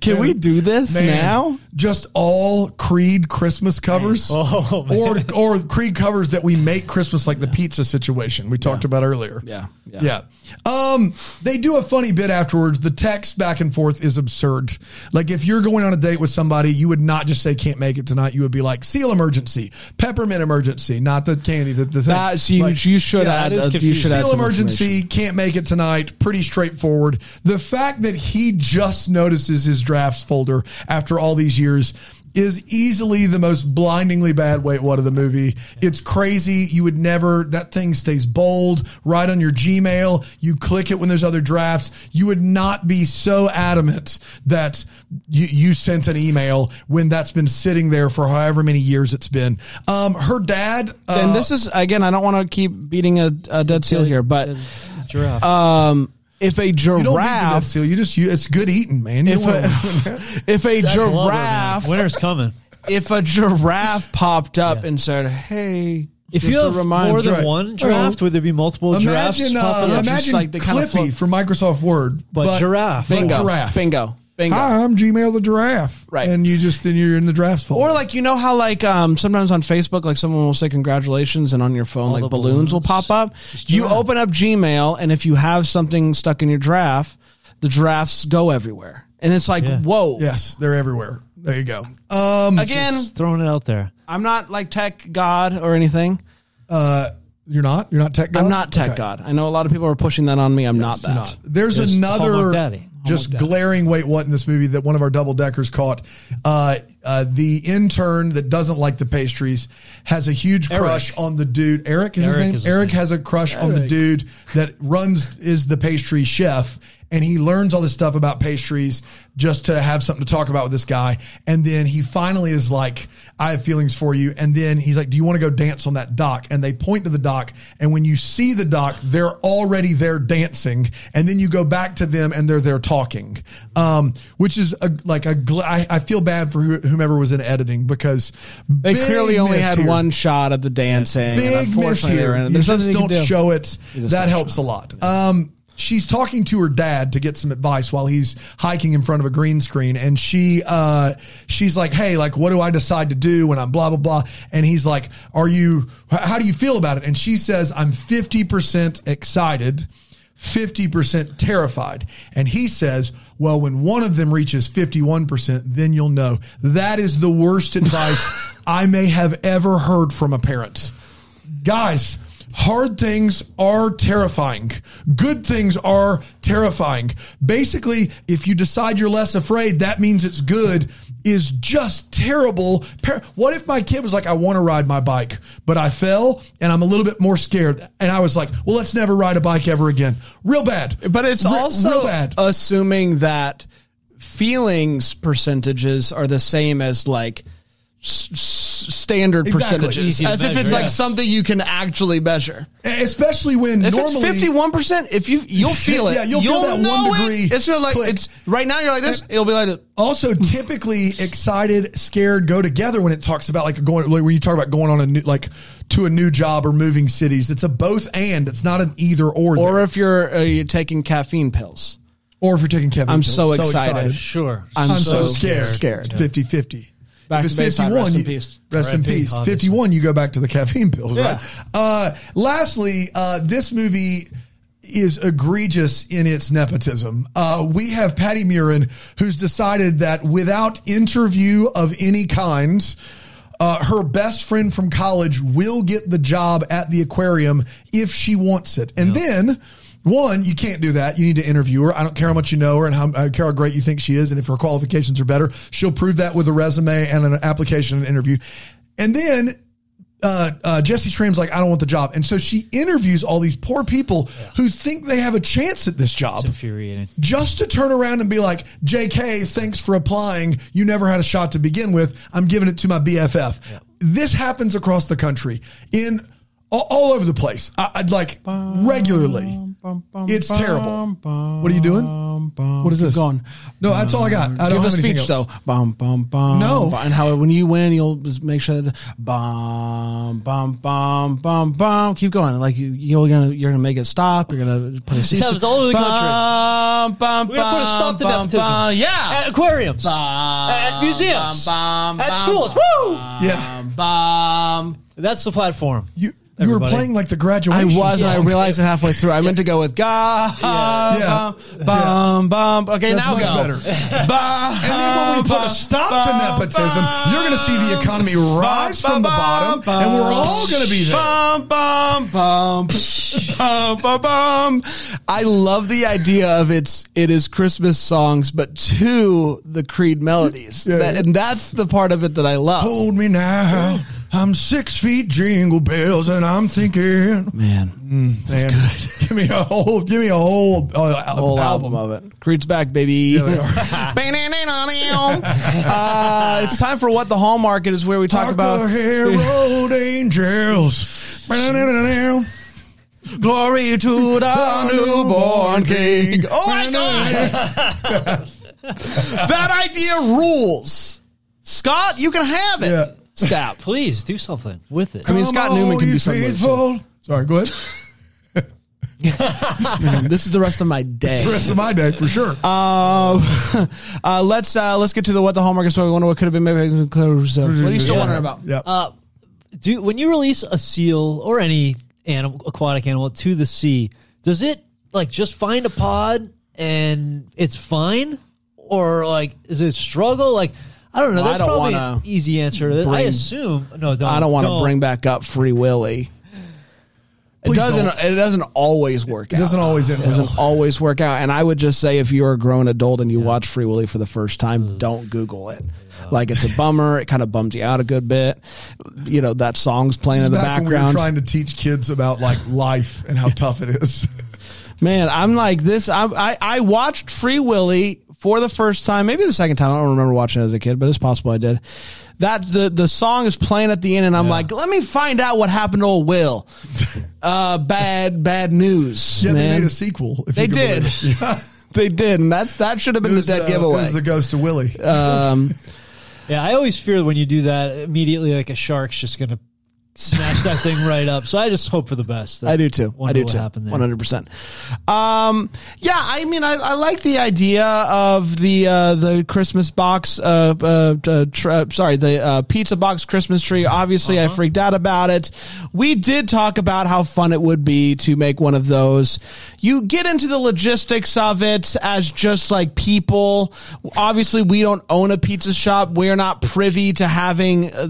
Can we do this
man,
now?
just all creed christmas covers
Oh, man.
or or creed covers that we make christmas like the pizza situation we talked about earlier
Yeah, yeah.
yeah um they do a funny bit afterwards the text back and forth is absurd like if you're going on a date with somebody you would not just say can't make it tonight you would be like seal emergency peppermint emergency not the candy the, the thing
That's Uh, you.
Like-
you should
Yeah,
add.
it is
uh, You
confusing.
should add
Seal
some information.
emergency, can't make it tonight. Pretty straightforward. The fact that he just notices his drafts folder after all these years is easily the most blindingly bad wait what of the movie. It's crazy. You would never that thing stays bold right on your Gmail. You click it when there's other drafts. You would not be so adamant that you, you sent an email when that's been sitting there for however many years it's been. Um her dad
And
uh,
this is again. I don't want to keep beating a, a dead seal here, but
giraffe.
um, if a
You don't need the Death
giraffe,
Seal. You just you, it's good eating, man. You
if a
don't wanna-
if a
Blood right now.
giraffe,
Winter's coming.
if a giraffe popped up
Yeah.
and said, "Hey,"
If
just
you
a
have more than
right.
one draft, would there be multiple
imagine
drafts?
uh,
popping up?
just
imagine
like the kind of
Clippy
float-
for Microsoft Word,
But giraffe.
but
bingo,
giraffe.
bingo, bingo.
Hi, I'm Gmail the giraffe.
Right.
and you just and you're in the drafts folder.
Or like you know how like um sometimes on Facebook like someone will say congratulations and on your phone
the
like balloons, will
balloons.
pop up. You open up Gmail and if you have something stuck in your draft, the drafts go everywhere. And it's like,
Yeah.
whoa.
yes, they're everywhere. There you go. Um,
Again,
throwing it out there.
I'm not like tech god or anything.
uh, you're not you're not tech. God?
I'm not tech
Okay.
god. I know a lot of people are pushing that on me. I'm not that.
You're not. There's
Yes,
another
Hallmark Daddy.
just glaring wait what in this movie that one of our double deckers caught. Uh, uh, the intern that doesn't like the pastries has a huge crush on the dude. Eric is
Eric
his name.
is his
Eric
name.
has a crush on the dude that runs is the pastry chef. And he learns all this stuff about pastries just to have something to talk about with this guy. And then he finally is like, I have feelings for you. And then he's like, Do you want to go dance on that dock? And they point to the dock. And when you see the dock, they're already there dancing. And then you go back to them and they're there talking, um, which is a, like a. Gl- I, I feel bad for who- whomever was in editing because
They clearly only had one shot at the dancing. and
big miss
unfortunately, they
here.
were in it.
You
There's
just
nothing you can
don't
do.
show it. That helps a lot. Um, she's talking to her dad to get some advice while he's hiking in front of a green screen, and she uh, she's like, "Hey, like, what do I decide to do when I'm blah blah blah?" And he's like, "Are you? h- How do you feel about it?" And she says, "I'm fifty percent excited." 50% terrified. And he says, Well, when one of them reaches 51%, then you'll know. That is the worst advice I may have ever heard from a parent guys hard things are terrifying good things are terrifying basically if you decide you're less afraid that means it's good is just terrible Par- what if my kid was like i want to ride my bike but i fell and i'm a little bit more scared and i was like well let's never ride a bike ever again real bad
But it's
Re-
also
real bad
assuming that feelings percentages are the same as like s- s- standard
Exactly.
percentages,
Easy to
as if
measure,
it's like
yes.
something you can actually measure.
E-, especially when
If
normally
it's fifty-one percent, if you you'll feel it,
Yeah, you'll feel that
know
one
it.
degree
It's feel like
click.
it's right now. You're like this. It'll be like this.
also typically excited scared go together when it talks about like going like when you talk about going on a new like to a new job or moving cities it's a both and it's not an either or
or
there.
if you're uh, you're taking caffeine pills.
or if you're taking Kevin
I'm
Kills.
so excited.
Sure.
I'm,
I'm so, scared
Scared.
50 50
Back
if it's
to baseline,
51
rest in
you-
peace.
rest in
R.I.P.,
peace
obviously.
51 you go back to the caffeine pills
Yeah.
right uh lastly uh this movie is egregious in its nepotism. Uh, we have Patty Murin, who's decided that without interview of any kind, uh, her best friend from college will get the job at the aquarium if she wants it. And then, one, you can't do that. You need to interview her. I don't care how much you know her and how, I don't care how great you think she is. And if her qualifications are better, she'll prove that with a resume and an application and an interview. And then uh, uh, Jesse Schramm's like, I don't want the job. And so she interviews all these poor people who think they have a chance at this job
Infuriating.
just to turn around and be like, JK, thanks for applying. You never had a shot to begin with. I'm giving it to my BFF. This happens across the country in all, all over the place. I, I'd like regularly. It's terrible. What are you doing? What is this?
Gone.
No, that's all I got. I
Give
don't
a
have anything
speech
else.
though. Bum bum bum.
No.
bum. Um, And how when you win, you'll just make sure that bum bum bum bum bum. Keep going. Like you, you're gonna you're gonna make it stop. You're gonna put a cease.
happens all over the
bum,
country.
Bum,
We're gonna put a stop to
bum,
nepotism.
bum. Yeah.
At aquariums. at museums. At schools. Woo!
Yeah.
Bum.
That's the platform.
You, you were
Everybody.
playing like the
I
graduation.
was, and I
song.
realized it halfway through. I meant to go with God.
Yeah.
Bum, bum. Okay,
That's
now
much
go.
better.
Bum,
And then when we put a stop to
bum,
nepotism, you're going to see the economy rise from the bottom, and we're all going to be there.
Bum, bum, bum, bum, bum, bum. I love the idea of it's it is Christmas songs, but to the Creed melodies,
Yeah.
That- and that's the part of it that I love.
Hold me now. I'm six feet jingle bells, and I'm thinking,
man,
that's good. Give me a whole, give me a whole, uh,
whole album.
album.
of it. Creed's back, baby.
There they are.
uh, it's time for what the hallmark is, where we talk
Parker
about
Herald Angels. Glory
glory to the newborn king.
Oh my God!
That idea rules. Scott, you can have it.
Yeah.
Stop.
Please do something with it.
I mean, Scott Newman can do something. with it.
Sorry, go ahead.
This is the rest of my
The
day.
rest of my day for sure.
Um, uh, let's uh, let's get to the what the hallmark is. What we wonder what could have been maybe. What are you still
Yeah.
wondering about?
Yep.
Uh, do when you release a seal or any animal, aquatic animal to the sea, does it like just find a pod and it's fine, or like is it a struggle? Like I don't know.
Well, I
That's
don't
probably
wanna
an easy answer to this. I
bring-
assume no. Don't,
I don't want to
don't.
bring back up Free Willy. It
Please
doesn't.
don't.
It doesn't always work.
it doesn't
out.
always end
It
well.
doesn't always work out. And I would just say, if you're a grown adult and you watch Free Willy for the first time,
Mm.
don't Google it. Like it's a bummer. It kind of bums you out a good bit. You know that song's playing
This
in
is
the
back when we were
background.
trying to teach kids about like life and how tough it is.
Man, I'm like this. I, I I watched Free Willy for the first time, maybe the second time. I don't remember watching it as a kid, but it's possible I did. That the the song is playing at the end, and I'm like, let me find out what happened to old Will. Uh, bad bad news.
Yeah,
man.
they made a sequel. If
They
you can
did.
believe it. Yeah.
They did, and that's that should have
It
been
was,
the dead
uh, It
giveaway.
was the ghost of Willie.
um,
Yeah, I always fear when you do that immediately, like a shark's just gonna smash that thing right up. So I just hope for the best.
I do too. I
Wonder
do
what
too.
happened there.
One hundred percent. Um, yeah, I mean, I, I like the idea of the uh, the Christmas box. Uh, uh, uh, tr- uh, sorry, the uh, pizza box Christmas tree. Obviously,
Uh-huh.
I freaked out about it. We did talk about how fun it would be to make one of those. You get into the logistics of it as just like people. Obviously, we don't own a pizza shop. We're not privy to having a,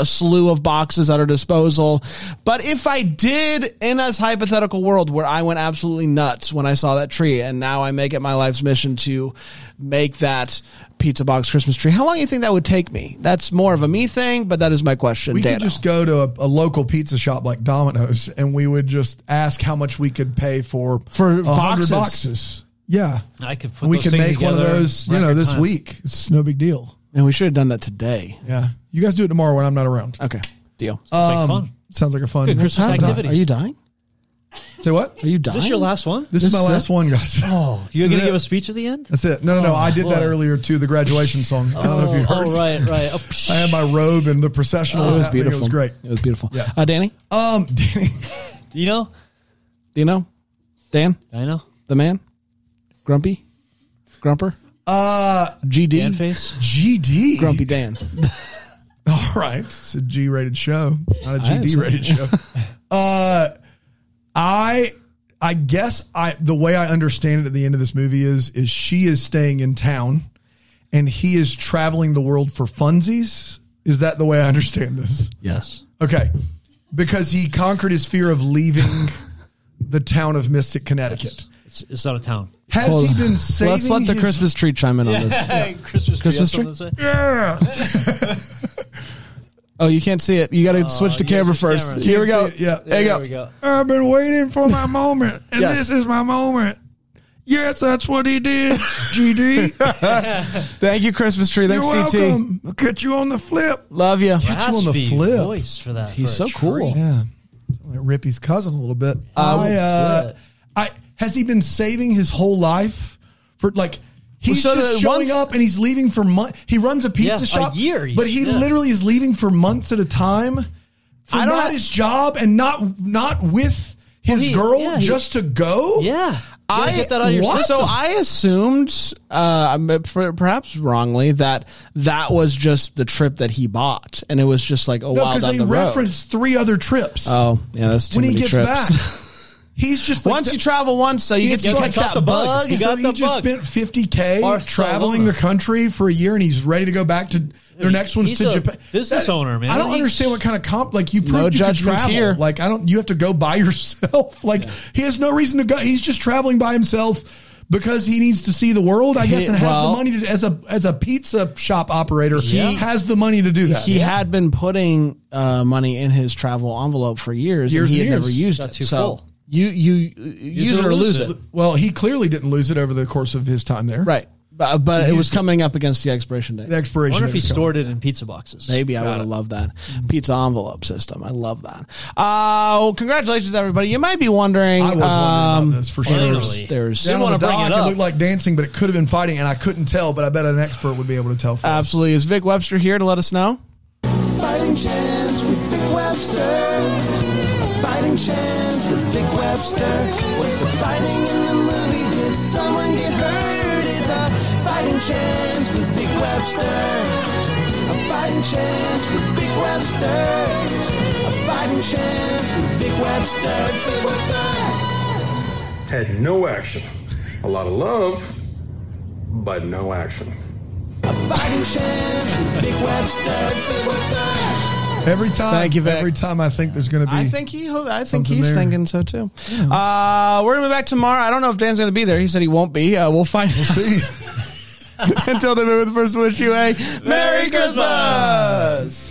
a slew of boxes at our disposal. But if I did, in this hypothetical world where I went absolutely nuts when I saw that tree, and now I make it my life's mission to make that pizza box Christmas tree, how long do you think that would take me? That's more of a me thing, but that is my question.
we could
Dana.
just go to a, a local pizza shop like Domino's, and we would just ask how much we could pay for
For
a
boxes.
hundred boxes. Yeah,
I could put
and we
those
could
things
make one of
together
those. You know,
record
this
time.
week it's no big deal.
and we should have done that today.
Yeah, you guys do it tomorrow when I'm not around. Um,
Okay, deal.
It's like fun.
Sounds like a fun
Good Christmas
time.
activity.
Are you dying?
Say what?
Are you dying?
Is this your last one?
This, is my last one, guys.
Oh, you're
This is
gonna
it.
give a speech at the end?
That's it. No, no, no.
Oh,
I did that
boy.
earlier to the graduation song. I don't know if you
Oh,
heard.
oh, right, right. Oh, psh.
I had my robe and the processional
Oh, It
was,
was
happening.
beautiful.
It was great.
It was beautiful.
Yeah.
Uh, Danny,
Um, Danny,
you know,
do you know? Dan,
I know.
the man, Grumpy, Grumper,
uh,
GD,
Dan face.
GD.
Grumpy Dan.
All right, it's a G-rated show, not a
I have
GD-rated show. Uh, I, I guess I the way I understand it at the end of this movie is is she is staying in town, and he is traveling the world for funsies. Is that the way I understand this?
Yes.
Okay. Because he conquered his fear of leaving the town of Mystic, Connecticut.
It's, it's not a town.
Has
Hold
he
on.
been saving
Let's let the
his-
Christmas tree chime in on this.
Christmas tree.
Christmas
that's what I'm gonna say.
Oh, you can't see it. You got to switch the
you
camera
switch the
first.
camera.
Here we go.
Can't see it, yeah.
there you
There
go.
we go.
I've been waiting for my moment, and
Yeah.
this is my moment. Yes, that's what he did, GD.
Thank you, Christmas tree. Thanks, CT.
I'll catch you on the flip.
Love you.
you on the
Raspy
flip.
voice for that.
He's
for
so
a
cool.
tree.
Yeah. Sound Like Rippy's cousin a little bit. I, uh, I, Has he been saving his whole life for like? He's
So
just
the
showing
one-
up and he's leaving for months. He runs a pizza
Yeah, a
shop
year,
but he
yeah.
literally is leaving for months at a time. For
I don't
not
know-
his job and not not with his
he-
girl
yeah, he-
just to go.
Yeah. I
I
get that out of your
what?
system.
So I assumed, uh, I'm- per- perhaps wrongly, that that was just the trip that he bought, and it was just like a
No,
wild
because
on
they
the road.
reference three other trips.
Oh, yeah, that's too
when he
many
gets
trips.
back, he's just like
Once
the-
you travel once, so you get
It's
to
like-
catch
got
that
the bug.
bug.
You got
so
the
he just
bug.
spent 50k
Barcelona.
traveling the country for a year and he's ready to go back to their next one's
he's
to
a
Japan.
business owner, man.
I don't
He's-
understand what kind of comp like you proved
No
you could
judgment
travel.
here.
Like I don't you have to go by yourself. Like he has no reason to go. He's just traveling by himself because he needs to see the world, I guess, and has
well-
the money to, as a as a pizza shop operator,
He-
has the money to do that.
He had been putting uh, money in his travel envelope for years,
Years
and he
and
had
years.
never used
Got
it.
too
so
full.
you you use it or lose it,
well, he clearly didn't lose it over the course of his time there.
right? But, but it was coming up against the expiration date.
The
I
expiration.
wonder if he
date was coming.
stored it in pizza boxes.
Maybe I would have loved that pizza envelope system. I love that. Uh, well, congratulations, everybody. You might be wondering.
I was wondering
um,
about this for sure.
Finally.
There's, there's
Didn't
Down on
wanna
the
bring
dock,
it
it
up.
looked like dancing, but it could have been fighting, and I couldn't tell. But I bet an expert would be able to tell. For us.
absolutely. Is Vic Webster here to let us know?
Fighting Chance with Vic Webster. A fighting Chance with Vic Webster. Was the fighting in the movie? Did someone get hurt? It's a Fighting Chance with Vic Webster. A fighting chance with Vic Webster. A fighting chance with Vic Webster. Vic Webster.
Had no action. A lot of love, but no action.
A fighting chance with Vic Webster. Vic Webster.
Every time,
Thank you, Vic.
every time I think there's going to be.
I think he. I think
something
he's
there.
thinking so too. Uh, we're gonna be back tomorrow. I don't know if Dan's gonna be there. He said he won't be. Uh, we'll find. We'll see. Until then, remember the first wish you a Merry Christmas.